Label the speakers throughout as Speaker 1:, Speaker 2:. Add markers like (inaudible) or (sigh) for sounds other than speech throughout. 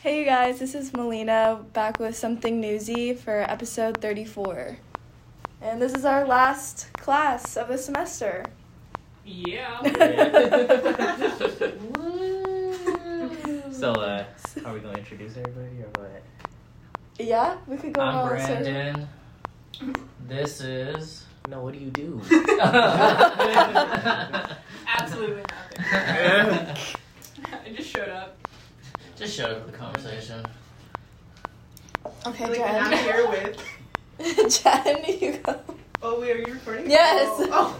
Speaker 1: Hey, you guys, this is Melina back with Something Newsy for episode 34. And this is our last class of the semester.
Speaker 2: Yeah.
Speaker 1: (laughs)
Speaker 3: so, uh, are we gonna introduce everybody or what?
Speaker 1: Yeah, we could go
Speaker 3: I'm
Speaker 1: all
Speaker 3: Brandon. This is. No, what do you do?
Speaker 2: Absolutely nothing. I just showed up.
Speaker 3: (laughs) Just shut up the conversation.
Speaker 1: Okay,
Speaker 4: Like, and I'm
Speaker 1: Jen.
Speaker 4: here
Speaker 1: (laughs)
Speaker 4: with.
Speaker 1: Jen, you go.
Speaker 4: Oh, wait, are you recording?
Speaker 1: Yes.
Speaker 4: Oh, oh.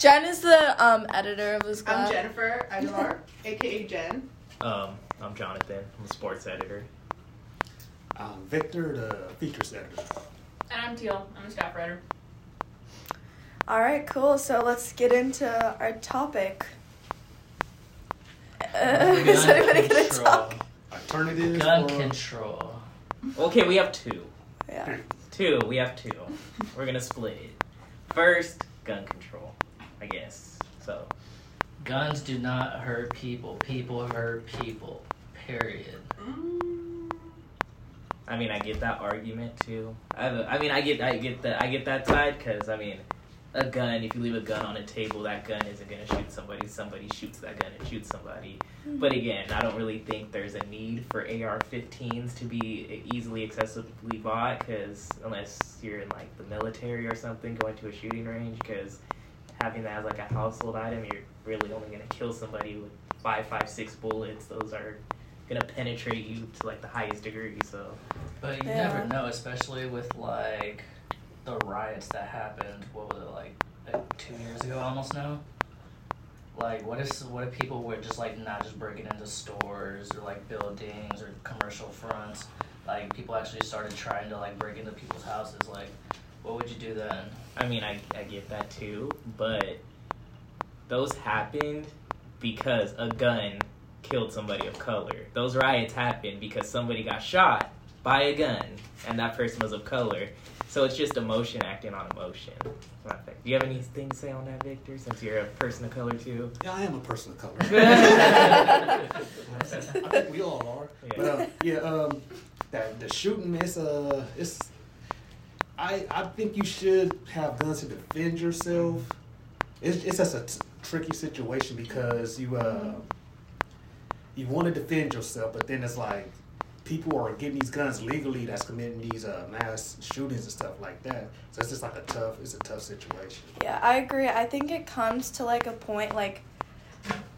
Speaker 1: Jen is the um, editor of this class.
Speaker 4: I'm Jennifer Aguilar, aka Jen.
Speaker 3: Um, I'm Jonathan. I'm a sports editor.
Speaker 5: I'm Victor, Um, the features editor.
Speaker 2: And I'm Teal. I'm a staff writer.
Speaker 1: (laughs) All right, cool. So let's get into our topic. Uh, (laughs) (laughs)
Speaker 3: Gun
Speaker 1: is anybody going to
Speaker 3: control.
Speaker 1: talk?
Speaker 5: Alternatives
Speaker 3: Gun
Speaker 5: for
Speaker 3: control. Okay, we have two.
Speaker 1: Yeah.
Speaker 3: Two. We have two. We're gonna split it. First, gun control. I guess. So, guns do not hurt people. People hurt people. Period.
Speaker 4: Mm.
Speaker 3: I mean, I get that argument too. I, have a, I mean, I get, I get that, I get that side because I mean, a gun. If you leave a gun on a table, that gun isn't gonna shoot somebody. Somebody shoots that gun and shoots somebody. But again, I don't really think there's a need for AR-15s to be easily accessibly bought because unless you're in like the military or something, going to a shooting range, because having that as like a household item, you're really only gonna kill somebody with five, five, six bullets. Those are gonna penetrate you to like the highest degree. So.
Speaker 6: But you
Speaker 1: Yeah.
Speaker 6: never know, especially with like the riots that happened. What was it like, like two years ago? Almost now. Like, what if what if people were just like not just breaking into stores or like buildings or commercial fronts? Like, people actually started trying to like break into people's houses. Like, what would you do then? (laughs)
Speaker 3: I mean, I, I get that too, but those happened because a gun killed somebody of color. Those riots happened because somebody got shot by a gun, and that person was of color. So it's just emotion acting on emotion. It's not fact. Do you have anything to say on that, Victor? Since you're a person of color too.
Speaker 5: Yeah, I am a person of color. I
Speaker 3: Yeah.
Speaker 5: think we all are. But uh, yeah, um, that the shooting is uh, it's. I I think you should have guns to defend yourself. It's it's just a t- tricky situation because you uh, you want to defend yourself, but then it's like people are getting these guns legally that's committing these uh, mass shootings and stuff like that. So it's just like a tough, it's a tough situation.
Speaker 1: Yeah, I agree. I think it comes to like a point like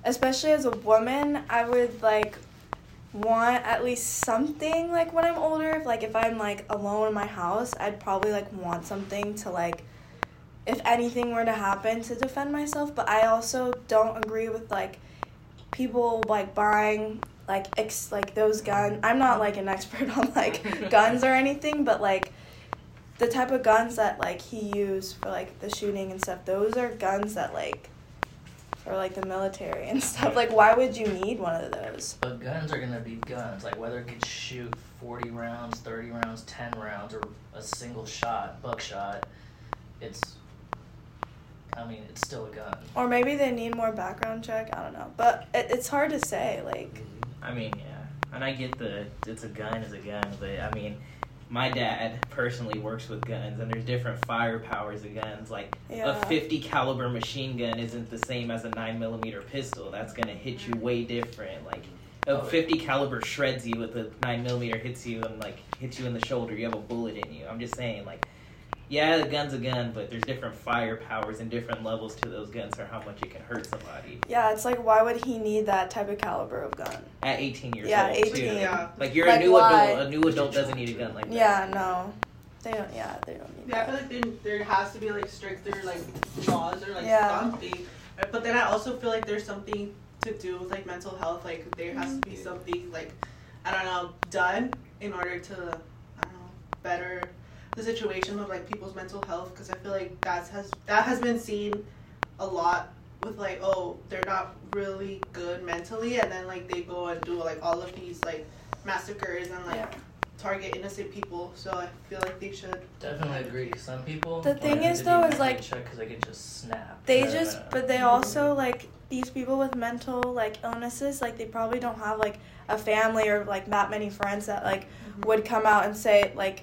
Speaker 1: especially as a woman, I would like want at least something like when I'm older, if like if I'm like alone in my house, I'd probably like want something to like if anything were to happen to defend myself, but I also don't agree with like people like buying like ex like those guns. I'm not like an expert (laughs) on like guns or anything, but like the type of guns that like he used for like the shooting and stuff those are guns that like for like the military and (laughs) stuff like why would you need one of those
Speaker 6: But guns are gonna be guns. Like whether it could shoot forty rounds, thirty rounds, ten rounds, or a single shot, buckshot, it's. I mean, it's still a gun.
Speaker 1: or maybe they need more background check i don't know but it, it's hard to say like
Speaker 3: I mean, yeah, and I get the it's a gun is a gun, but I mean, my dad personally works with guns, and there's different firepowers of guns. Like
Speaker 1: yeah
Speaker 3: a 50 caliber machine gun isn't the same as a 9 millimeter pistol. That's gonna hit you way different. Like a
Speaker 6: Oh, yeah.
Speaker 3: 50 caliber shreds you, with a 9 millimeter hits you and like hits you in the shoulder. You have a bullet in you. I'm just saying, like. Yeah, a gun's a gun, but there's different firepowers and different levels to those guns or how much it can hurt somebody.
Speaker 1: yeah it's like why would he need that type of caliber of gun
Speaker 3: At 18 years
Speaker 1: Yeah,
Speaker 3: old, too.
Speaker 1: 18.
Speaker 4: Yeah.
Speaker 3: Like you're
Speaker 1: Like,
Speaker 3: a new
Speaker 1: why?
Speaker 3: adult. A new adult doesn't need a gun like that.
Speaker 1: yeah no they don't yeah they don't need
Speaker 4: Yeah, I feel
Speaker 1: that
Speaker 4: like there, there has to be like stricter like laws or like
Speaker 1: Yeah.
Speaker 4: something. But then I also feel like there's something to do with like mental health. Like there has to be something like I don't know done in order to I don't know better the situation of like people's mental health because I feel like that's has that has been seen a lot with like oh they're not really good mentally and then like they go and do like all of these like massacres and like
Speaker 1: Yeah.
Speaker 4: target innocent people so I feel like they should
Speaker 6: Definitely agree. Some people.
Speaker 1: The thing
Speaker 6: don't
Speaker 1: is,
Speaker 6: need to
Speaker 1: though,
Speaker 6: be
Speaker 1: is, like,
Speaker 6: check 'cause they can just snap.
Speaker 1: they
Speaker 6: Uh,
Speaker 1: just but they also like these people with mental like illnesses like they probably don't have like a family or like that many friends that like
Speaker 3: Mm-hmm.
Speaker 1: would come out and say like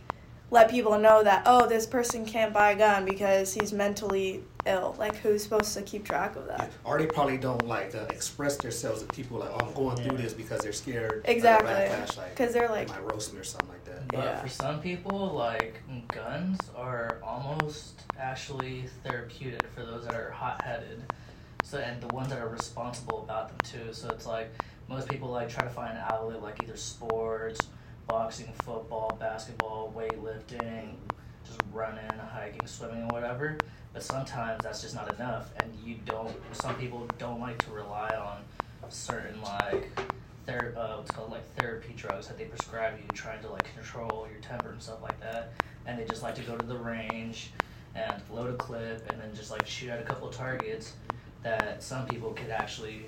Speaker 1: let people know that oh this person can't buy a gun because he's mentally ill like who's supposed to keep track of that
Speaker 5: Or they probably don't like uh, express themselves to people like, oh, I'm going through
Speaker 3: Yeah.
Speaker 5: this because they're scared.
Speaker 1: Exactly.
Speaker 5: Of the backlash, like,
Speaker 1: because they're
Speaker 5: they
Speaker 1: like
Speaker 5: might roast me or something like that.
Speaker 6: But
Speaker 1: Yeah.
Speaker 6: for some people, like guns are almost actually therapeutic for those that are hot-headed. So and the ones that are responsible about them too. So it's like most people like try to find an outlet like either sports, boxing, football, basketball, weightlifting, just running, hiking, swimming, or whatever. But sometimes that's just not enough, and you don't. Some people don't like to rely on certain like ther- uh, what's called like therapy drugs that they prescribe you, trying to like control your temper and stuff like that. And they just like to go to the range and load a clip and then just like shoot at a couple of targets that some people could actually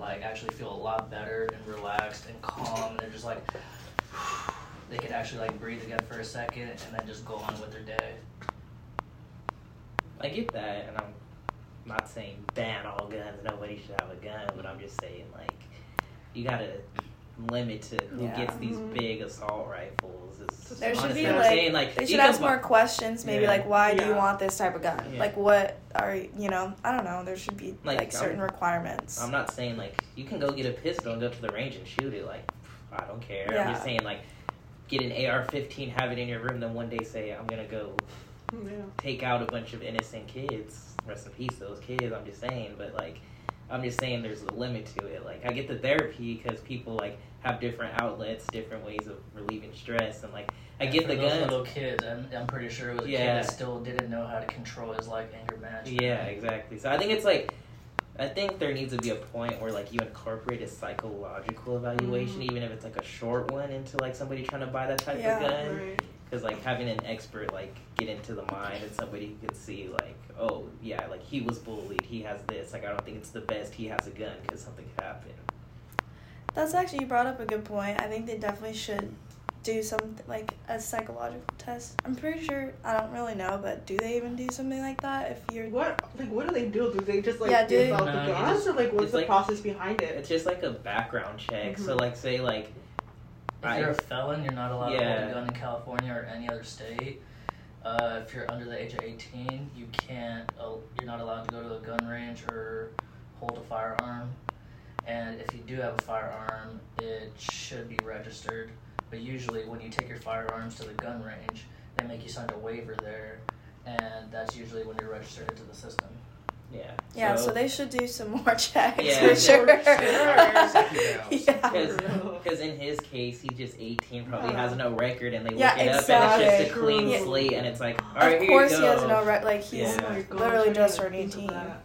Speaker 6: like actually feel a lot better and relaxed and calm. And they're just like (sighs) they could actually like breathe again for a second and then just go on with their day.
Speaker 3: I get that, and I'm not saying ban all guns. Nobody should have a gun, but I'm just saying like you gotta limit to who
Speaker 1: Yeah.
Speaker 3: gets these
Speaker 4: Mhm.
Speaker 3: big assault rifles. It's,
Speaker 1: Mm-hmm. There should
Speaker 3: honestly,
Speaker 1: be,
Speaker 3: I'm
Speaker 1: like-
Speaker 3: saying, like
Speaker 1: they
Speaker 3: you
Speaker 1: should
Speaker 3: can
Speaker 1: ask
Speaker 3: bu-
Speaker 1: more questions maybe
Speaker 3: Yeah.
Speaker 1: like why do you
Speaker 4: Yeah.
Speaker 1: want this type of gun
Speaker 3: Yeah.
Speaker 1: like what are you know i don't know there should be like,
Speaker 3: Like,
Speaker 1: certain
Speaker 3: I'm-
Speaker 1: requirements
Speaker 3: I'm not saying like you can go get a pistol and go to the range and shoot it. Like I don't care. I'm
Speaker 1: Yeah.
Speaker 3: just saying like get an AR-15, have it in your room, then one day say I'm gonna go
Speaker 4: Yeah.
Speaker 3: take out a bunch of innocent kids. Rest in peace, those kids. I'm just saying, but like, I'm just saying there's a limit to it. Like, I get the therapy because people like have different outlets, different ways of relieving stress, and like, I
Speaker 6: And
Speaker 3: get
Speaker 6: for
Speaker 3: the
Speaker 6: those
Speaker 3: gun.
Speaker 6: little kids. I'm, I'm pretty sure it was a
Speaker 3: Yeah.
Speaker 6: kid that still didn't know how to control his like anger management.
Speaker 3: Yeah, exactly. So I think it's like, I think there needs to be a point where like you incorporate a psychological evaluation, even if it's like a short one, into like somebody trying to buy that type
Speaker 1: Yeah.
Speaker 3: of gun.
Speaker 4: Right.
Speaker 3: because like having an expert like get into the mind and somebody could see like oh yeah like he was bullied he has this like i don't think it's the best he has a gun because something could happen
Speaker 1: That's actually you brought up a good point. I think they definitely should do something like a psychological test. I'm pretty sure I don't really know, but do they even do something like that? If you're
Speaker 4: What like what do they do? Do they just like
Speaker 1: Yeah, do
Speaker 4: give
Speaker 1: they-
Speaker 4: out the
Speaker 6: No, you
Speaker 4: guns
Speaker 6: just-
Speaker 4: or like what's
Speaker 3: it's
Speaker 4: the
Speaker 3: like-
Speaker 4: process behind it?
Speaker 3: it's just like a background check so
Speaker 1: Mm-hmm.
Speaker 3: like say like
Speaker 6: If you're a felon, you're not allowed to hold
Speaker 3: Yeah.
Speaker 6: a gun in California or any other state. Uh, if you're under the age of 18, you can't. Uh, you're not allowed to go to a gun range or hold a firearm. And if you do have a firearm, it should be registered. But usually, when you take your firearms to the gun range, they make you sign a waiver there, and that's usually when you're registered into the system.
Speaker 3: yeah
Speaker 1: yeah,
Speaker 3: (laughs)
Speaker 1: so, they should do some more (laughs) checks (laughs)
Speaker 3: Yeah,
Speaker 1: for
Speaker 3: for
Speaker 1: sure.
Speaker 5: sure.
Speaker 1: (laughs) yeah. (laughs)
Speaker 3: because because in his case he's just 18 probably
Speaker 4: Yeah.
Speaker 3: has no record and they
Speaker 1: Yeah,
Speaker 3: look it up and it's just a
Speaker 4: exactly.
Speaker 3: clean
Speaker 1: Yeah.
Speaker 3: slate and it's like all right
Speaker 1: of
Speaker 3: here
Speaker 1: course
Speaker 3: you go
Speaker 1: he has no right like he's
Speaker 3: Yeah.
Speaker 4: Oh my gosh,
Speaker 1: literally
Speaker 4: I
Speaker 1: just
Speaker 4: didn't
Speaker 1: turned
Speaker 4: think of
Speaker 1: 18.
Speaker 4: that.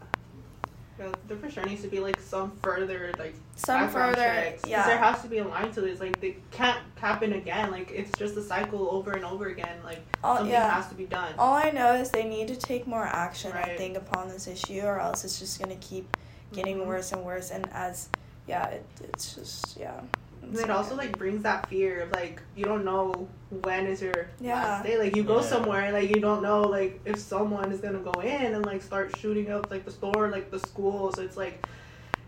Speaker 4: Yeah, there for sure needs to be like some further like
Speaker 1: some
Speaker 4: background
Speaker 1: further
Speaker 4: checks, 'cause there
Speaker 1: yeah.
Speaker 4: has to be a line to this. Like they can't happen again. Like it's just a cycle over and over again. Like
Speaker 1: All,
Speaker 4: something
Speaker 1: Oh, yeah.
Speaker 4: has to be done.
Speaker 1: All I know is they need to take more action, I
Speaker 4: Right.
Speaker 1: think, upon this issue, or else it's just gonna keep getting
Speaker 4: Mhm.
Speaker 1: worse and worse. And as yeah, it, it's just yeah.
Speaker 4: And it also like brings that fear of like you don't know when is your
Speaker 1: Yeah.
Speaker 4: last day. Like you go
Speaker 3: Yeah.
Speaker 4: somewhere and like you don't know like if someone is gonna go in and like start shooting up like the store, like the school. So it's like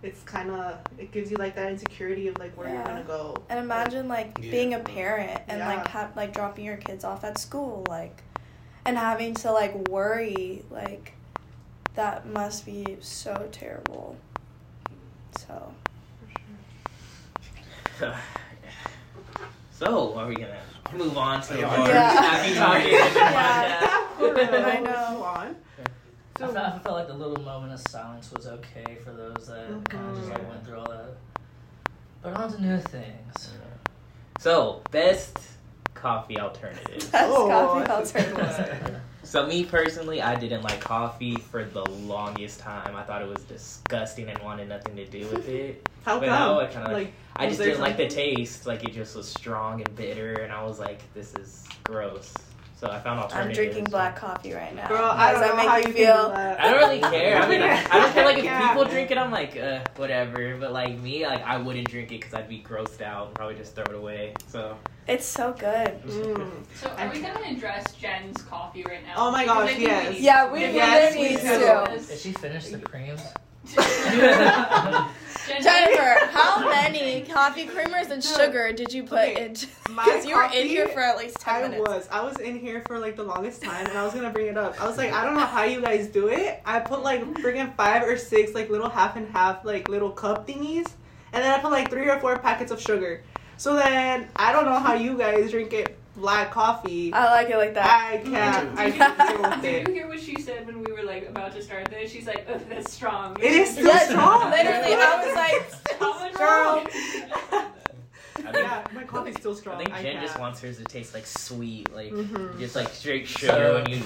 Speaker 4: it's kind of it gives you like that insecurity of like where
Speaker 1: Yeah.
Speaker 4: you're gonna
Speaker 1: (laughs)
Speaker 4: go.
Speaker 1: And imagine like
Speaker 5: Yeah.
Speaker 1: being a parent and like
Speaker 4: Yeah.
Speaker 1: ha- like dropping your kids off at school, like, and having to like worry, like, that must be so terrible. So
Speaker 3: so are we gonna move on to
Speaker 5: Yeah.
Speaker 3: our
Speaker 1: Yeah.
Speaker 3: happy talking
Speaker 1: (laughs) Yeah.
Speaker 4: I
Speaker 1: know.
Speaker 6: I, felt, I felt like the little moment of silence was okay for those that
Speaker 4: Oh,
Speaker 6: kind of just like went through all that. But on to new things.
Speaker 3: So, best coffee alternative.
Speaker 1: that's
Speaker 4: Oh,
Speaker 1: coffee (laughs)
Speaker 4: that's a good
Speaker 1: alternative.
Speaker 3: So, me personally, I didn't like coffee for the longest time. I thought it was disgusting and wanted nothing to do with
Speaker 4: (laughs)
Speaker 3: it.
Speaker 4: How
Speaker 3: But now I
Speaker 4: come?
Speaker 3: kind of like,
Speaker 4: like
Speaker 3: I just
Speaker 4: there's
Speaker 3: didn't like the
Speaker 4: something-
Speaker 3: taste. Like, it just was strong and bitter, and I was like, this is gross. So, I found alternatives.
Speaker 1: I'm drinking black coffee right now.
Speaker 4: girl, I
Speaker 1: Does
Speaker 4: don't know
Speaker 1: that make
Speaker 4: how
Speaker 1: you
Speaker 4: you
Speaker 1: feel?
Speaker 3: I don't really care. I mean, I don't care.
Speaker 1: (laughs)
Speaker 3: Like, if
Speaker 4: Yeah.
Speaker 3: people drink it, I'm like, uh, whatever. But, like, me, like, I wouldn't drink it because I'd be grossed out and probably just throw it away. So, (laughs)
Speaker 1: It's so good.
Speaker 4: Mm.
Speaker 2: So are we gonna address Jen's coffee right now?
Speaker 4: Oh my gosh,
Speaker 2: Because I think
Speaker 4: yes.
Speaker 2: need-
Speaker 1: Yeah, we
Speaker 4: Yes,
Speaker 1: really
Speaker 4: we
Speaker 1: need
Speaker 4: do.
Speaker 1: to.
Speaker 4: (laughs)
Speaker 6: Did she finish the creams? (laughs)
Speaker 2: (laughs)
Speaker 1: Jennifer, (laughs) how many coffee creamers and sugar did you put
Speaker 4: Okay,
Speaker 1: in? (laughs)
Speaker 4: my
Speaker 1: Because you were in
Speaker 4: coffee-
Speaker 1: here for at least 10
Speaker 4: I
Speaker 1: minutes.
Speaker 4: was. I was in here for like the longest time, and I was gonna bring it up. I was like, I don't know how you guys do it. I put like freaking five or six like little half and half like little cup thingies, and then I put like three or four packets of sugar. So then I don't know how you guys drink it black coffee.
Speaker 1: I like it like that.
Speaker 3: (laughs)
Speaker 4: I can't. I can't deal
Speaker 2: Did
Speaker 4: with
Speaker 2: you
Speaker 4: it.
Speaker 2: hear what she said when we were like about to start this? She's like, "Ugh, that's strong."
Speaker 4: It is so
Speaker 1: Yes,
Speaker 4: strong.
Speaker 1: literally, I was (laughs) like,
Speaker 2: How much
Speaker 1: Girl.
Speaker 3: I think,
Speaker 4: yeah, my coffee's still strong.
Speaker 3: I think Jen
Speaker 4: can't.
Speaker 3: just wants hers to taste like sweet, like
Speaker 1: Mm-hmm.
Speaker 4: Mhm.
Speaker 3: just like straight sugar
Speaker 6: So-
Speaker 3: when you.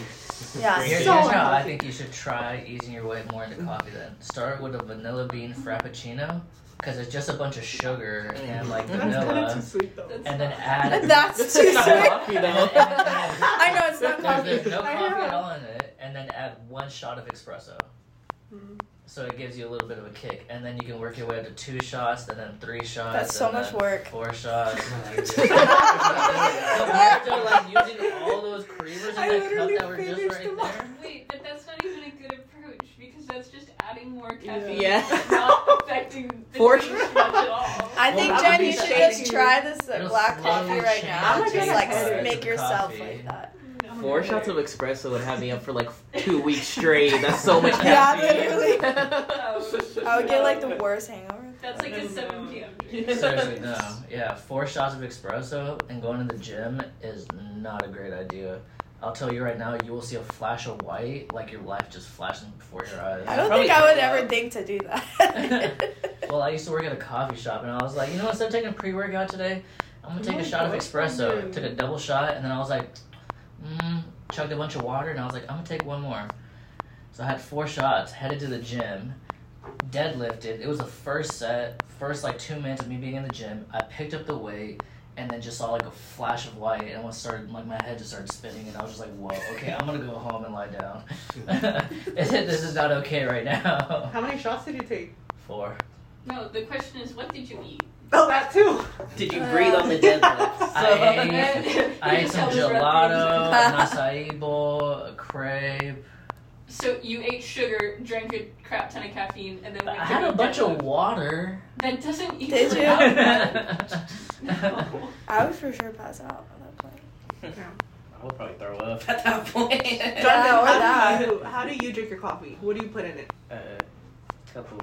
Speaker 1: Yeah.
Speaker 6: Here's,
Speaker 4: So
Speaker 6: here's how I
Speaker 4: unhealthy.
Speaker 6: think you should try easing your way more into coffee then. Start with a vanilla bean frappuccino, because it's just a bunch of sugar and like
Speaker 3: (laughs) Mm.
Speaker 4: That's kind of too
Speaker 6: vanilla,
Speaker 4: sweet though.
Speaker 2: That's-
Speaker 6: (laughs) and then
Speaker 4: (laughs)
Speaker 6: add.
Speaker 1: That's too
Speaker 3: not
Speaker 1: sweet.
Speaker 3: coffee
Speaker 6: and
Speaker 3: though.
Speaker 6: then add-
Speaker 1: I know it's not
Speaker 6: There's,
Speaker 1: coffee.
Speaker 6: there's no
Speaker 4: I
Speaker 6: coffee at
Speaker 4: know.
Speaker 6: all in it, and then add one shot of espresso.
Speaker 1: Mm-hmm.
Speaker 4: Mm.
Speaker 6: So it gives you a little bit of a kick, and then you can work your way up to two shots, and then three shots.
Speaker 1: That's so
Speaker 6: and
Speaker 1: much
Speaker 6: then
Speaker 1: work.
Speaker 6: Four shots. (laughs) so after
Speaker 1: I
Speaker 6: like using all those creamers in
Speaker 4: I
Speaker 6: that cup
Speaker 4: literally
Speaker 6: that were just
Speaker 4: finished
Speaker 6: right
Speaker 4: them
Speaker 6: there.
Speaker 2: Wait, but that's not even a good approach because that's just adding more caffeine.
Speaker 7: Yeah.
Speaker 2: It's Not affecting the
Speaker 7: For
Speaker 2: taste
Speaker 7: sure.
Speaker 2: much at all.
Speaker 1: (laughs) think,
Speaker 6: Well,
Speaker 1: Jen,
Speaker 6: I'll
Speaker 1: you
Speaker 6: be
Speaker 1: should
Speaker 6: shaking
Speaker 1: just try this uh,
Speaker 6: It'll
Speaker 1: black
Speaker 6: slowly
Speaker 1: coffee right
Speaker 6: change
Speaker 1: now.
Speaker 4: the
Speaker 1: Just
Speaker 4: taste
Speaker 1: like
Speaker 4: of
Speaker 1: s-
Speaker 4: the
Speaker 1: make yourself
Speaker 6: coffee.
Speaker 1: like that.
Speaker 2: No.
Speaker 3: Four shots of espresso would have me up for like two weeks straight. That's so much
Speaker 1: Yeah,
Speaker 3: caffeine.
Speaker 2: literally.
Speaker 1: I would get like the worst hangover.
Speaker 2: That's like a 7 p.m. drink.
Speaker 6: Seriously, no. Yeah, four shots of espresso and going to the gym is not a great idea. I'll tell you right now, you will see a flash of white, like your life just flashing before your eyes.
Speaker 1: I don't
Speaker 3: probably
Speaker 1: think I would
Speaker 3: throw
Speaker 1: ever
Speaker 3: up.
Speaker 1: think to do that.
Speaker 6: (laughs) Well, I used to work at a coffee shop, and I was like, you know what? Instead of taking a pre-workout today, I'm gonna take
Speaker 4: Oh
Speaker 6: a shot of
Speaker 4: my
Speaker 6: espresso.
Speaker 4: God.
Speaker 6: Took a double shot, and then I was like, mm, chugged a bunch of water, and I was like, I'm gonna take one more. So I had four shots, headed to the gym, deadlifted. It was the first set, first like two minutes of me being in the gym. I picked up the weight. And then just saw like a flash of light, and I started like my head just started spinning, and I was just like, "Whoa, okay, I'm gonna go home and lie down. (laughs) this is not okay right
Speaker 4: (laughs)
Speaker 6: now."
Speaker 4: How many shots did you take?
Speaker 6: Four.
Speaker 2: No, the question is, what did you eat?
Speaker 4: Oh, that too.
Speaker 3: Did you breathe on
Speaker 1: (laughs)
Speaker 3: the
Speaker 2: (laughs)
Speaker 3: deadlift?
Speaker 6: I ate
Speaker 2: And-
Speaker 6: I ate some
Speaker 2: Tell us
Speaker 6: gelato,
Speaker 1: breath
Speaker 6: an (laughs) acai bowl, a
Speaker 2: about
Speaker 6: crepe.
Speaker 2: things. So you ate sugar, drank a crap ton of caffeine, and then
Speaker 6: I
Speaker 2: went to
Speaker 6: had a
Speaker 2: the
Speaker 6: bunch
Speaker 2: gym.
Speaker 6: of water.
Speaker 2: That doesn't even.
Speaker 1: Did you?
Speaker 2: count.
Speaker 1: (laughs)
Speaker 6: I
Speaker 2: No.
Speaker 1: I would for sure pass out at that point.
Speaker 3: would probably throw up at that
Speaker 1: (laughs)
Speaker 3: point.
Speaker 1: Yeah, or
Speaker 4: how,
Speaker 1: that.
Speaker 4: Do you, how do you drink your coffee? What do you put in it?
Speaker 3: uh, couple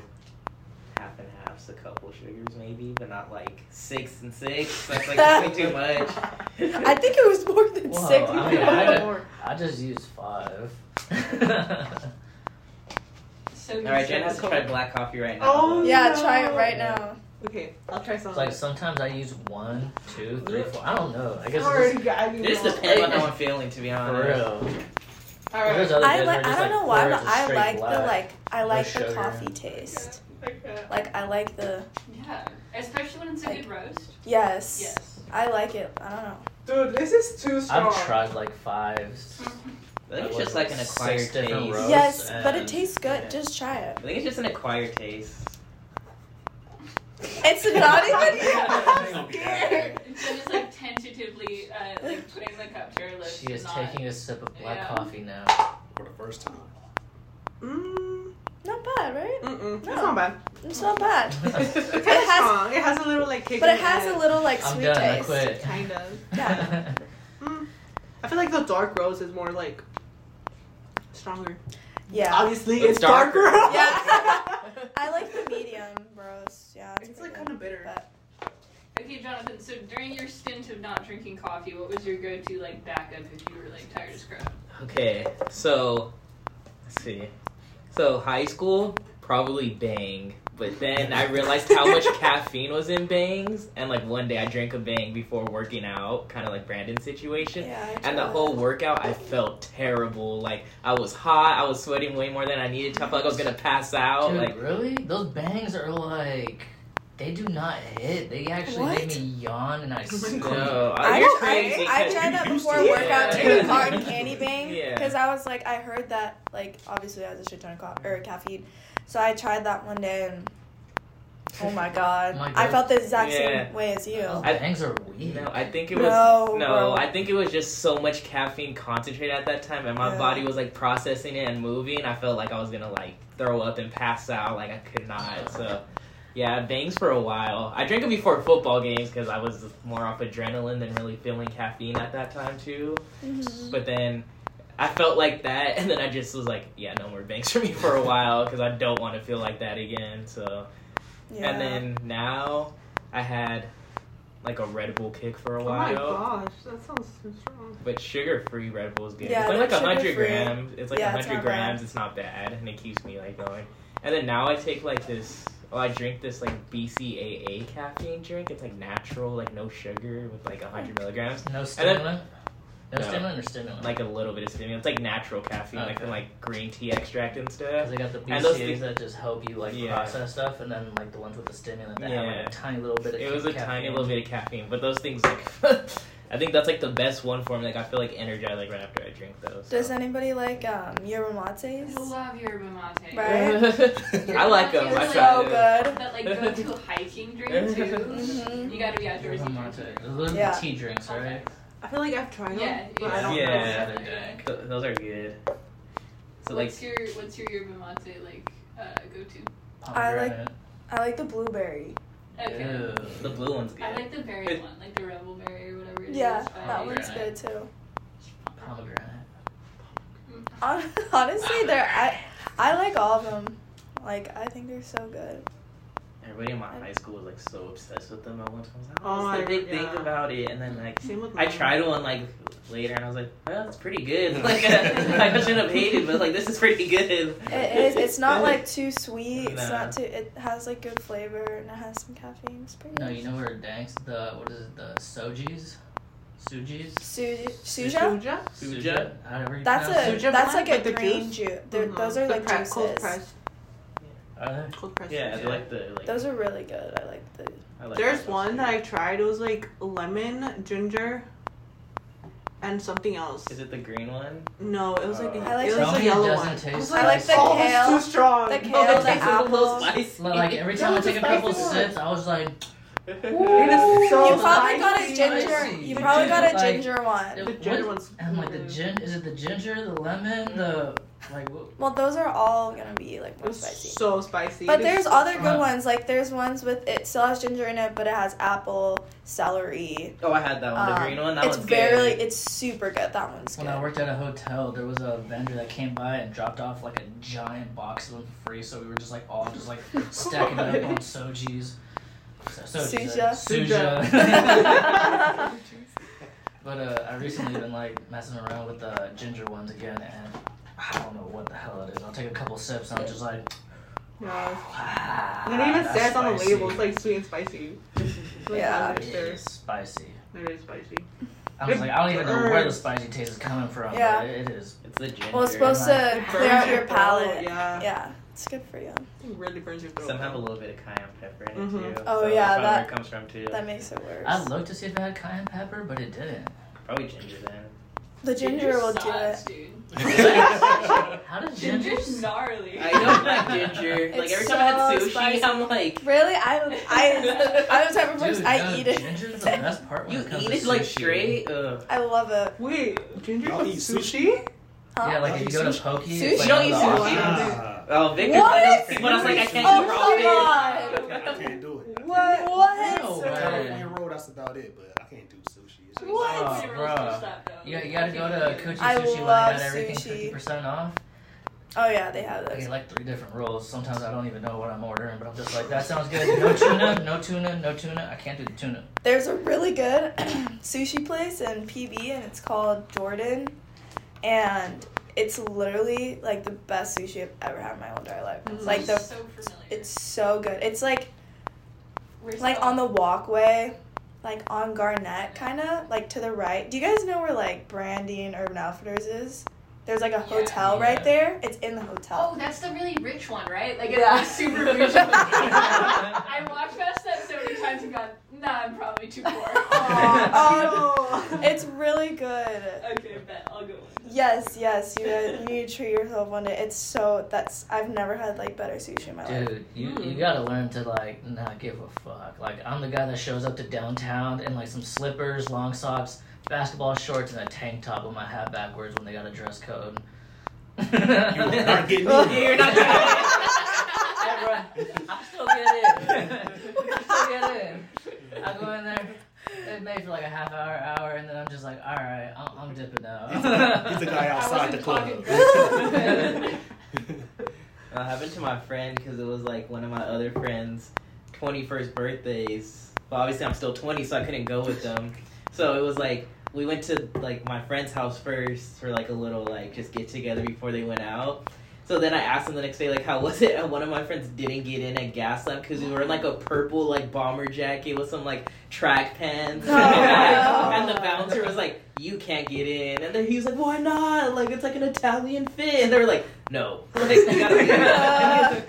Speaker 3: half and halves, a couple sugars maybe, but not like six and six. That's like way
Speaker 1: (laughs)
Speaker 3: too much.
Speaker 1: I think it was more than
Speaker 6: Whoa,
Speaker 1: six.
Speaker 6: I mean, (laughs) I
Speaker 4: (laughs)
Speaker 6: don't- just used five.
Speaker 2: So you
Speaker 3: All right,
Speaker 2: said-
Speaker 3: Jen has to try black coffee right now.
Speaker 1: (laughs)
Speaker 4: Oh.
Speaker 1: yeah, try it right now.
Speaker 4: Okay, I'll try some.
Speaker 6: It's like sometimes I use one, two, three, four. I don't know. I guess
Speaker 4: Sorry,
Speaker 6: it's just
Speaker 4: guys, you
Speaker 3: This
Speaker 4: know.
Speaker 3: depends on how I'm feeling, to be
Speaker 6: for
Speaker 3: honest.
Speaker 6: real.
Speaker 4: All
Speaker 6: There's
Speaker 4: right.
Speaker 6: other
Speaker 1: I
Speaker 6: days where
Speaker 1: like.
Speaker 6: it's
Speaker 1: I
Speaker 6: just,
Speaker 1: don't know
Speaker 6: like
Speaker 1: why,
Speaker 6: four,
Speaker 1: but
Speaker 6: just
Speaker 1: I
Speaker 6: straight
Speaker 1: like the
Speaker 6: black.
Speaker 1: like. I
Speaker 6: No
Speaker 1: like the
Speaker 6: sugar.
Speaker 1: coffee taste. Like I like the
Speaker 2: Yeah, especially when it's a good roast.
Speaker 1: yes.
Speaker 2: Yes. (laughs)
Speaker 1: I like it. I don't know.
Speaker 4: Dude, this is too strong.
Speaker 6: I've tried like fives.
Speaker 3: I think it's
Speaker 6: Like,
Speaker 3: just like an
Speaker 6: six
Speaker 3: acquired taste.
Speaker 6: different rows. Gross
Speaker 1: yes, but it
Speaker 6: and-
Speaker 1: tastes good.
Speaker 3: yeah.
Speaker 1: Just try it.
Speaker 3: I think it's just an acquired taste.
Speaker 1: It's (laughs)
Speaker 6: (laughs)
Speaker 1: not
Speaker 3: (laughs)
Speaker 1: even.
Speaker 4: I'm scared.
Speaker 2: Jen is like tentatively uh, like putting the cup to her lips.
Speaker 6: She is
Speaker 2: not-
Speaker 6: taking a sip of black
Speaker 2: Yeah.
Speaker 1: (laughs)
Speaker 6: coffee now.
Speaker 5: (laughs) for the first time.
Speaker 4: Mm,
Speaker 1: (laughs) Not bad, right?
Speaker 4: mm-mm, That's not bad.
Speaker 1: It's not bad.
Speaker 4: It
Speaker 1: It
Speaker 4: has,
Speaker 1: has-
Speaker 4: strong. It has a little like kick.
Speaker 1: But
Speaker 4: in
Speaker 1: it has
Speaker 4: head.
Speaker 1: a little like
Speaker 6: I'm
Speaker 1: sweet
Speaker 6: done. I
Speaker 1: taste.
Speaker 6: quit. (laughs)
Speaker 4: Kind of.
Speaker 1: Yeah. Mm.
Speaker 4: I feel like the dark rose is more like stronger.
Speaker 1: Yeah.
Speaker 4: Obviously,
Speaker 3: It's
Speaker 4: it's, darker.
Speaker 3: darker.
Speaker 4: (laughs)
Speaker 1: Yeah. I like the medium roast. Yeah.
Speaker 4: it's
Speaker 1: pretty good.
Speaker 4: like kind of bitter.
Speaker 2: Okay, Jonathan. So during your stint of not drinking coffee, what was your go-to like backup if you were like tired as crap?
Speaker 3: (laughs) Okay, so let's see. So high school, probably bang. But then I realized how
Speaker 1: (laughs)
Speaker 3: much caffeine was in bangs, and like one day I drank a bang before working out, kind of like Brandon's situation.
Speaker 1: Yeah. I
Speaker 3: And the
Speaker 1: tried.
Speaker 3: whole workout, I felt terrible. Like I was hot, I was sweating way more than I needed to. I felt like I was gonna pass out.
Speaker 6: Dude,
Speaker 3: Like
Speaker 6: really? Those bangs are like they do not hit. They actually
Speaker 1: What?
Speaker 6: make me yawn
Speaker 1: (laughs)
Speaker 6: and I squeak.
Speaker 3: no, I,
Speaker 1: I,
Speaker 3: you're
Speaker 1: I-
Speaker 3: crazy.
Speaker 1: I,
Speaker 5: because
Speaker 1: tried that
Speaker 5: you used
Speaker 1: before
Speaker 5: to
Speaker 1: a
Speaker 3: it.
Speaker 1: workout
Speaker 3: Yeah.
Speaker 1: too,
Speaker 3: (laughs)
Speaker 1: the cotton candy bang,
Speaker 3: Yeah.
Speaker 1: because I was like, I heard that like obviously I was a shit ton of co- or caffeine, so I tried that one day and Oh my
Speaker 3: (laughs)
Speaker 1: god.
Speaker 6: My
Speaker 1: I
Speaker 6: God.
Speaker 1: felt the exact
Speaker 3: Yeah. Uh-huh.
Speaker 1: same way as you.
Speaker 6: Those
Speaker 3: I-
Speaker 6: bangs are weak.
Speaker 3: No, I think it was
Speaker 1: No,
Speaker 3: no.
Speaker 1: bro.
Speaker 3: I think it was just so much caffeine concentrate at that time, and my
Speaker 1: Yeah.
Speaker 3: body was like processing it and moving. I felt like I was gonna like throw up and pass out. Like I could not. So, yeah, bangs for a while. I drank them before football games because I was more off adrenaline than really feeling caffeine at that time too.
Speaker 1: Mm-hmm.
Speaker 4: Mm-hmm.
Speaker 3: But then. I felt like that, (laughs) and then I just was like, "Yeah, no more bangs for me for a while because I don't want to feel like that again." So,
Speaker 1: Yeah.
Speaker 3: and then now I had like a Red Bull kick for a
Speaker 4: Oh my
Speaker 3: while.
Speaker 4: gosh, that sounds so strong.
Speaker 3: But sugar free Red Bull's good.
Speaker 1: Yeah,
Speaker 3: it's only
Speaker 1: like
Speaker 3: like a hundred
Speaker 1: sugar-free.
Speaker 3: grams. It's like a
Speaker 1: Yeah, it's
Speaker 3: hundred
Speaker 1: not bad.
Speaker 3: grams. It's not bad, and it keeps me like going. And then now I take like this. Oh, I drink this like BCAA caffeine drink. It's like natural, like no sugar, with like a
Speaker 1: Oh.
Speaker 3: hundred milligrams,
Speaker 6: No stimulant. No,
Speaker 3: No.
Speaker 6: stimulant or stimulant.
Speaker 3: like a little bit of stimulant. It's like natural caffeine, like from
Speaker 6: Okay.
Speaker 3: like green tea extract and stuff.
Speaker 6: Because they got the
Speaker 3: And those things-
Speaker 6: BCAs that just help you like
Speaker 3: Yeah.
Speaker 6: process stuff, and then like the ones with the stimulant that have like
Speaker 3: Yeah.
Speaker 6: a tiny little bit of.
Speaker 3: It was a
Speaker 6: caffeine.
Speaker 3: tiny little bit of caffeine, but those things like. (laughs) I think that's like the best one for me. Like I feel like energized like right after I drink those. so.
Speaker 1: Does anybody like um yerba
Speaker 2: I
Speaker 1: mates?
Speaker 2: love yerba mate.
Speaker 1: Right.
Speaker 3: (laughs) I like them. I
Speaker 2: It's
Speaker 3: tried
Speaker 1: So
Speaker 3: them.
Speaker 1: good.
Speaker 2: That like go to a
Speaker 3: (laughs)
Speaker 2: hiking drink too.
Speaker 1: Mhm.
Speaker 2: You gotta be outdoorsy.
Speaker 6: Yerba mate. Those are
Speaker 1: Yeah.
Speaker 6: the tea drinks, right?
Speaker 4: I feel like I've tried them,
Speaker 2: Yeah,
Speaker 4: but I don't
Speaker 3: yeah.
Speaker 4: know.
Speaker 6: Yeah.
Speaker 3: Th- those are good. So like
Speaker 2: what's your what's your yerba mate like uh, go to?
Speaker 1: I like-
Speaker 6: Pomegranate.
Speaker 1: I like the blueberry.
Speaker 2: Okay.
Speaker 6: Ew.
Speaker 3: the blue one's good.
Speaker 2: I like the berry one, like the rebel berry or whatever it is.
Speaker 1: Yeah,
Speaker 3: Oh,
Speaker 2: It's fine.
Speaker 1: that one's
Speaker 6: Pomegranate.
Speaker 1: good too.
Speaker 6: Pomegranate.
Speaker 1: Hon- (laughs) Honestly, they're I I like all of them. Like I think they're so good.
Speaker 3: Everybody in my high school was like so obsessed with them at one time. I was like,
Speaker 4: Oh
Speaker 3: what's
Speaker 4: my-
Speaker 3: the big thing
Speaker 4: yeah.
Speaker 3: about it? And then like
Speaker 4: Same with
Speaker 3: I
Speaker 4: mine.
Speaker 3: tried one like later and I was like, well, it's pretty
Speaker 1: (laughs)
Speaker 3: good. (laughs) Like I just shouldn't have hated, but like this is pretty good.
Speaker 1: It is. It's
Speaker 3: (laughs)
Speaker 1: not like too sweet. It's
Speaker 3: Nah.
Speaker 1: not too. It has like good flavor and it has some caffeine. It's pretty.
Speaker 6: No,
Speaker 1: good.
Speaker 6: you know where it danks? The what is it? The sojis, sujis,
Speaker 1: Suja. Suja.
Speaker 4: Suja?
Speaker 3: Suja?
Speaker 6: However you
Speaker 1: That's
Speaker 6: pronounce
Speaker 1: a.
Speaker 4: Suja
Speaker 1: that's like
Speaker 4: blend
Speaker 1: a
Speaker 4: with the
Speaker 1: green
Speaker 4: juice?
Speaker 1: juice. They're
Speaker 6: Mm-hmm.
Speaker 4: Mhm.
Speaker 1: Those are
Speaker 4: The
Speaker 1: like
Speaker 4: pre- Cold
Speaker 1: juices.
Speaker 4: press.
Speaker 6: it. Are they?
Speaker 4: Cold press.
Speaker 3: Yeah,
Speaker 4: juice.
Speaker 3: I like the like.
Speaker 1: Those are really good. I like the.
Speaker 3: I like
Speaker 4: There's
Speaker 3: those.
Speaker 4: one that I tried. It was like lemon, ginger, and something else.
Speaker 3: Is it the green one?
Speaker 4: No, it was like the,
Speaker 3: I
Speaker 1: like
Speaker 4: it
Speaker 1: the-
Speaker 4: was
Speaker 6: Tell
Speaker 4: the
Speaker 6: me it
Speaker 4: yellow
Speaker 6: doesn't
Speaker 4: one.
Speaker 6: taste
Speaker 4: I was
Speaker 1: I like the
Speaker 4: oh, this is
Speaker 1: kale.
Speaker 4: too strong.
Speaker 1: The
Speaker 3: Oh,
Speaker 1: kale, the
Speaker 3: tastes a little
Speaker 1: apple.
Speaker 3: spicy.
Speaker 6: But, Like every time I take a couple sips, I was like,
Speaker 4: It is so
Speaker 6: Oh
Speaker 1: you probably got a
Speaker 4: spicy.
Speaker 1: ginger.
Speaker 6: Spicy.
Speaker 1: You probably got a
Speaker 6: Like-
Speaker 1: ginger one.
Speaker 4: The ginger one's.
Speaker 6: I'm like
Speaker 4: Mm-hmm.
Speaker 6: the gin. Is it the ginger, the lemon, the like? What?
Speaker 1: Well, those are all gonna be like
Speaker 4: It
Speaker 1: more
Speaker 4: was
Speaker 1: spicy.
Speaker 4: so spicy.
Speaker 1: But
Speaker 4: It is
Speaker 1: there's
Speaker 4: so
Speaker 1: other
Speaker 4: strong.
Speaker 1: good ones. Like there's ones with it still has ginger in it, but it has apple, celery.
Speaker 3: (laughs) Oh, I had that one.
Speaker 1: um,
Speaker 3: the green one. That
Speaker 1: it's
Speaker 3: one's
Speaker 1: barely.
Speaker 3: (laughs) good.
Speaker 1: It's super good. That one's good. (laughs)
Speaker 6: When I worked at a hotel, there was a vendor that came by and dropped off like a giant box of them for free. So we were just like all just like stacking it
Speaker 1: (laughs)
Speaker 6: up on sojis. So, sojis, uh,
Speaker 4: Suja.
Speaker 1: (laughs)
Speaker 6: Suja. but uh, I recently been like messing around with the ginger ones again, and I don't know what the hell it is. I'll take a couple sips, and I'm just like,
Speaker 4: Yeah.
Speaker 6: wow.
Speaker 4: And it even
Speaker 6: that's
Speaker 4: says on the
Speaker 6: spicy.
Speaker 4: label, it's like sweet and spicy. Like,
Speaker 1: Yeah.
Speaker 4: It
Speaker 6: It is
Speaker 4: is
Speaker 6: spicy.
Speaker 4: it is spicy.
Speaker 6: I was
Speaker 4: It
Speaker 6: like, I don't even know where the
Speaker 4: burns.
Speaker 6: spicy taste is coming from. but
Speaker 1: Yeah.
Speaker 6: it is.
Speaker 3: It's the ginger.
Speaker 1: well, it's supposed to
Speaker 4: It
Speaker 1: clear out
Speaker 4: burns
Speaker 1: your
Speaker 4: throat,
Speaker 1: palate.
Speaker 4: Yeah.
Speaker 1: Yeah, it's good for you.
Speaker 4: It really burns your throat.
Speaker 3: Some
Speaker 4: (laughs)
Speaker 3: have a little bit of cayenne pepper in it
Speaker 4: Mhm.
Speaker 3: too.
Speaker 1: Oh,
Speaker 3: so
Speaker 1: yeah,
Speaker 3: that's probably where
Speaker 1: that-
Speaker 3: it comes from too.
Speaker 1: That makes it worse.
Speaker 6: I looked to see if it had cayenne pepper, but it didn't.
Speaker 3: Probably ginger then.
Speaker 1: the ginger will do it.
Speaker 2: sauce, Dude.
Speaker 6: How does ginger?
Speaker 2: Ginger's gnarly.
Speaker 3: I don't like ginger. like
Speaker 1: It's
Speaker 3: every time I had
Speaker 1: so
Speaker 3: sushi,
Speaker 1: spicy.
Speaker 3: I'm like,
Speaker 1: Really, I
Speaker 6: (laughs)
Speaker 1: I I'm the type of
Speaker 6: Dude,
Speaker 1: person I
Speaker 6: no,
Speaker 1: eat it.
Speaker 6: Ginger's the best part. When
Speaker 3: you
Speaker 6: it comes
Speaker 3: eat
Speaker 6: to
Speaker 3: it like
Speaker 6: sushi.
Speaker 3: straight. Ugh.
Speaker 1: I love it.
Speaker 4: Wait, ginger
Speaker 5: Y'all
Speaker 4: with
Speaker 5: eat
Speaker 4: sushi?
Speaker 1: Huh?
Speaker 6: Yeah, like if you go to Poke,
Speaker 1: Sushi?
Speaker 6: it's like
Speaker 3: You don't
Speaker 6: one of
Speaker 3: eat
Speaker 6: the
Speaker 3: sushi?
Speaker 6: options.
Speaker 5: Ah,
Speaker 3: Oh, Victor
Speaker 1: What?
Speaker 3: said those people. I was like, I can't
Speaker 1: Oh, come
Speaker 3: eat raw
Speaker 1: on.
Speaker 5: I (laughs) can't do it.
Speaker 1: What?
Speaker 6: No
Speaker 1: What?
Speaker 5: I can't-
Speaker 6: way.
Speaker 5: California road, that's about it, but I can't do sushi. It's just-
Speaker 1: What?
Speaker 6: Oh,
Speaker 2: Cinnamon
Speaker 6: bruh.
Speaker 2: rolls stop, though.
Speaker 6: You, got- you gotta go
Speaker 2: I
Speaker 6: to
Speaker 2: think
Speaker 6: Kuchi
Speaker 1: I
Speaker 6: Sushi when they
Speaker 1: love
Speaker 6: got everything
Speaker 1: sushi.
Speaker 6: 50% off.
Speaker 1: Oh yeah, they have
Speaker 6: I
Speaker 1: those.
Speaker 6: get like three different rolls. Sometimes I don't even know what I'm ordering, but I'm just like, that sounds good. No tuna, no tuna, no tuna. I can't do the tuna.
Speaker 1: There's a really good (clears throat) sushi place in PB and it's called Jordan. And it's literally like the best sushi I've ever had in my whole entire life.
Speaker 4: Mm.
Speaker 1: Like
Speaker 2: We're
Speaker 1: the
Speaker 2: so familiar.
Speaker 1: it's so good. It's like
Speaker 2: We're
Speaker 1: like
Speaker 2: so-
Speaker 1: on the walkway, like on Garnett kinda, like to the right. Do you guys know where like Brandy and Urban Outfitters is? There's like a hotel
Speaker 6: yeah.
Speaker 1: right there. It's in the
Speaker 2: Oh,
Speaker 1: hotel.
Speaker 2: that's the really rich one, right? Like
Speaker 1: Yeah.
Speaker 2: it's like
Speaker 1: (laughs)
Speaker 2: super rich. (laughs) one.
Speaker 1: Oh,
Speaker 2: I walked past that so many times and gone, nah, I'm probably
Speaker 1: (laughs)
Speaker 2: too poor.
Speaker 1: Aw.
Speaker 4: Oh,
Speaker 1: (laughs) It's really good.
Speaker 2: okay, bet I'll go. One.
Speaker 1: Yes, yes, you, you need to treat yourself one day. It's so that's I've never had like better sushi in my life.
Speaker 6: Dude, you, you
Speaker 2: Mm.
Speaker 6: gotta learn to like not give a fuck. Like I'm the guy that shows up to downtown in like some slippers, long socks, basketball shorts, and a tank top with my hat backwards when they got a dress code. you
Speaker 5: will
Speaker 6: (laughs)
Speaker 5: not get me.
Speaker 3: (laughs)
Speaker 6: You're not getting it. I
Speaker 3: (laughs)
Speaker 6: still get it. I still get it. I go in there. It made for like a half hour, hour, and then I'm just like, all right, I'm, I'm dipping now.
Speaker 5: He's the- he's
Speaker 3: (laughs)
Speaker 5: the guy
Speaker 2: I
Speaker 5: outside the
Speaker 2: wasn't
Speaker 5: club. (laughs)
Speaker 2: talking-
Speaker 3: Uh, happened to my friend because it was like one of my other friends' 21st birthdays. Well, obviously I'm still 20, so I couldn't go with them. So it was like we went to like my friend's house first for like a little like just get together before they went out. So then I asked them the next day like how was it, and one of my friends didn't get in at Gaslamp because we were in like a purple like bomber jacket with some like track pants, and the bouncer was like, "You can't get in," and then he was like, "Why not? Like it's like an Italian fit," and they were like, "No, like you gotta do that."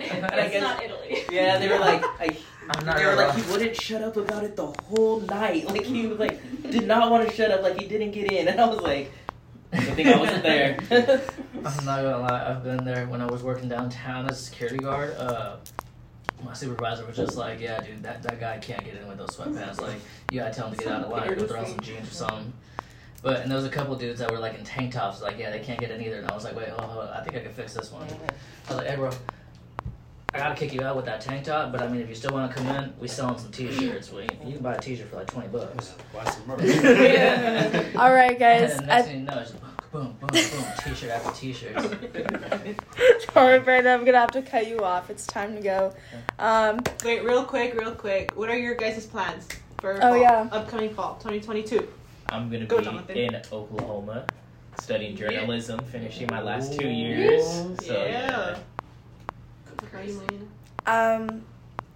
Speaker 2: (laughs) (laughs)
Speaker 3: I
Speaker 1: (laughs)
Speaker 2: It's
Speaker 3: guess-
Speaker 2: not Italy.
Speaker 3: Yeah, they were like, like
Speaker 6: (laughs) I'm not
Speaker 3: they were
Speaker 6: gonna
Speaker 3: like,
Speaker 6: lie.
Speaker 3: he wouldn't shut up about it the whole night. Like he was like did not want to shut up. Like he didn't get in, (laughs) and I was like, good thing I wasn't (laughs) there.
Speaker 6: I'm not gonna lie, I've been there when I was working downtown as a security guard. Uh, my supervisor was just like, "Yeah, dude, that, that guy can't get in with those sweatpants. Like, you gotta tell him to get out of the line. Go throw on some jeans or something." But and there was a couple dudes that were like in tank tops. Like, yeah, they can't get in either. And I was like, "Wait, hold on, hold on. I think I can fix this one." I was like, "Hey, bro, I gotta kick you out with that tank top. But I mean, if you still wanna come in, we selling some t-shirts. We, you can buy a t-shirt for like twenty bucks."
Speaker 5: Watch some
Speaker 1: (laughs)
Speaker 6: Yeah.
Speaker 1: All right,
Speaker 6: And (laughs)
Speaker 1: guys.
Speaker 6: then next
Speaker 1: I, (laughs)
Speaker 6: thing you know, it's boom, boom, boom, t-shirt after t-shirt.
Speaker 1: sorry, Brandon. I'm gonna have to cut you off. It's time to go. Um,
Speaker 4: (laughs) Wait, real quick, real quick. What are your guys' plans for
Speaker 1: Oh,
Speaker 4: fall?
Speaker 1: yeah.
Speaker 4: upcoming fall 2022?
Speaker 3: I'm gonna
Speaker 4: Go,
Speaker 3: be
Speaker 4: Jonathan.
Speaker 3: in Oklahoma studying
Speaker 2: Yeah.
Speaker 3: journalism, finishing my last two years. So
Speaker 4: Yeah.
Speaker 3: yeah.
Speaker 1: um,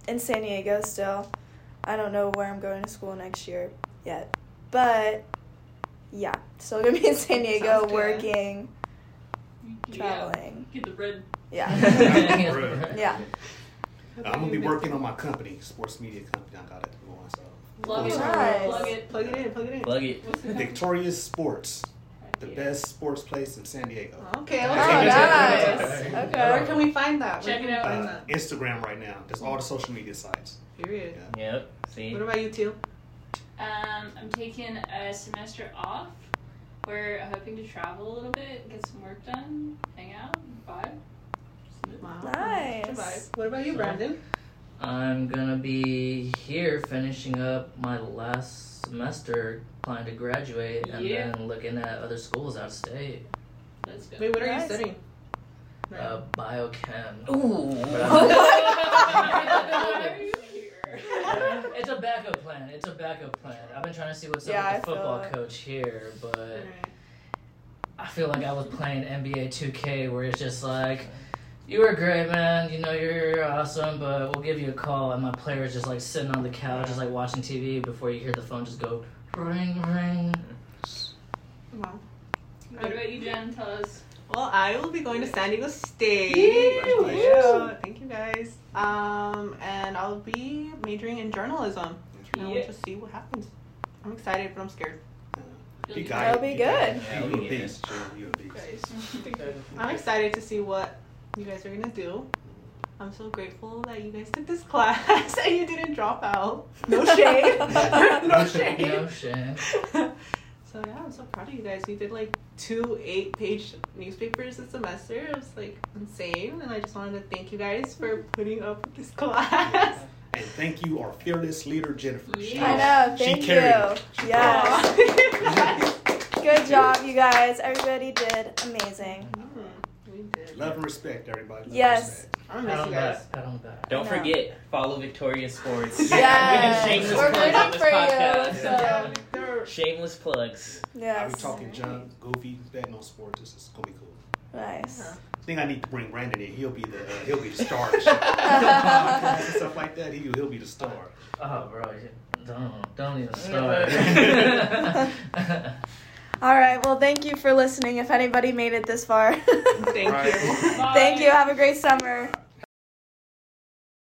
Speaker 1: in San Diego still. I don't know where I'm going to school next year yet, but yeah, still gonna be in San Diego
Speaker 4: Sounds good.
Speaker 1: working,
Speaker 2: Yeah.
Speaker 1: traveling.
Speaker 2: Get the bread.
Speaker 1: Yeah, (laughs)
Speaker 5: Bruh.
Speaker 1: yeah.
Speaker 5: I'm gonna be working on my company, sports media company. I got it going. So
Speaker 2: Plug it.
Speaker 1: Nice.
Speaker 2: Plug it.
Speaker 4: Plug it in, plug it in.
Speaker 3: Plug it.
Speaker 2: What's the company?
Speaker 5: (laughs) Victoria's Sports, the
Speaker 2: Yeah.
Speaker 5: best sports place in San Diego.
Speaker 4: Okay, I
Speaker 1: Oh,
Speaker 4: like that.
Speaker 1: nice.
Speaker 4: Where
Speaker 1: Okay.
Speaker 4: can we find that? Where
Speaker 2: Check
Speaker 4: can
Speaker 2: it
Speaker 4: we
Speaker 2: out.
Speaker 4: find
Speaker 5: Uh, Instagram right now. That's all the social media sites.
Speaker 4: that? Period.
Speaker 3: Yep. See.
Speaker 4: What about you two?
Speaker 2: Um, I'm taking a semester off. We're hoping to travel a little bit, get some work done, hang out, vibe.
Speaker 4: Wow.
Speaker 1: Nice.
Speaker 4: What about you, Brandon?
Speaker 6: I'm gonna be here finishing up my last semester, planning to graduate, and
Speaker 2: Yeah.
Speaker 6: then looking at other schools out of state.
Speaker 2: Let's go.
Speaker 4: Wait, what are
Speaker 1: Nice.
Speaker 4: you studying?
Speaker 6: Uh, biochem.
Speaker 3: Ooh.
Speaker 6: It's a backup plan. It's a backup plan. I've been trying to see what's
Speaker 1: Yeah,
Speaker 6: up
Speaker 1: I
Speaker 6: with the
Speaker 1: feel
Speaker 6: football
Speaker 1: it.
Speaker 6: coach here, but
Speaker 4: Alright.
Speaker 6: I feel like I was playing NBA 2K where it's just like, you were great, man. You know, you're, you're awesome, but we'll give you a call. And my player is just like sitting on the couch, just like watching TV before you hear the phone just go ring, ring.
Speaker 4: Wow.
Speaker 2: (laughs) What about you, Jen? Tell us.
Speaker 4: Well, I will be going to San Diego State.
Speaker 2: Yay!
Speaker 4: Yeah, Thank you guys. Um, and I'll be majoring in journalism. And we'll
Speaker 2: Yeah.
Speaker 4: just see what happens. I'm excited, but I'm scared.
Speaker 5: You
Speaker 2: You'll
Speaker 5: got
Speaker 1: That'll
Speaker 5: it.
Speaker 1: be
Speaker 5: You got
Speaker 1: good.
Speaker 5: it. You a beast. You a beast. (laughs)
Speaker 4: Guys,
Speaker 2: do it.
Speaker 4: (laughs) I'm excited to see what you guys are gonna do. I'm so grateful that you guys took this (laughs) class and you didn't drop out.
Speaker 1: (laughs)
Speaker 4: No
Speaker 6: (laughs)
Speaker 4: shade. no
Speaker 6: No
Speaker 4: shade.
Speaker 6: shit.
Speaker 4: so yeah, I'm so proud of you guys. We did like two eight-page newspapers this semester. It was like insane, and I just wanted to thank you guys for putting up with this class. (laughs)
Speaker 5: And thank you, our fearless leader Jennifer. She-
Speaker 1: I know.
Speaker 5: She
Speaker 1: Thank you.
Speaker 5: carried it.
Speaker 1: Yes.
Speaker 4: Aw.
Speaker 1: Good job, you guys. Everybody did amazing.
Speaker 4: Mm, we
Speaker 5: (laughs)
Speaker 4: did.
Speaker 5: Love and respect, everybody. Love and
Speaker 1: Yes.
Speaker 5: respect.
Speaker 6: Pat
Speaker 4: I'm gonna miss
Speaker 6: on
Speaker 4: you
Speaker 6: the
Speaker 4: guys.
Speaker 6: back. Pat on the back.
Speaker 3: Don't
Speaker 1: No.
Speaker 3: forget, follow Victoria Sports.
Speaker 1: Yes.
Speaker 3: We did shameless
Speaker 1: We're
Speaker 3: plugs on
Speaker 1: rooting
Speaker 3: this
Speaker 1: for you,
Speaker 3: podcast.
Speaker 1: so-
Speaker 4: Yeah, they're-
Speaker 3: Shameless plugs.
Speaker 5: I'll be
Speaker 1: Yes.
Speaker 5: talking junk, goofy, betting on sports. This is gonna be cool.
Speaker 1: Nice.
Speaker 5: I think I need to bring Brandon in. He'll be the uh, he'll be the star. of
Speaker 1: (laughs)
Speaker 5: shit. (laughs) Podcasts and stuff like that. He he'll be the star.
Speaker 6: Oh, bro. you- Don't, don't even
Speaker 4: (laughs)
Speaker 6: start. (laughs)
Speaker 1: All right. Well, thank you for listening. If anybody made it this far, (laughs)
Speaker 4: Thank you.
Speaker 5: Right.
Speaker 1: thank you. Have a great summer.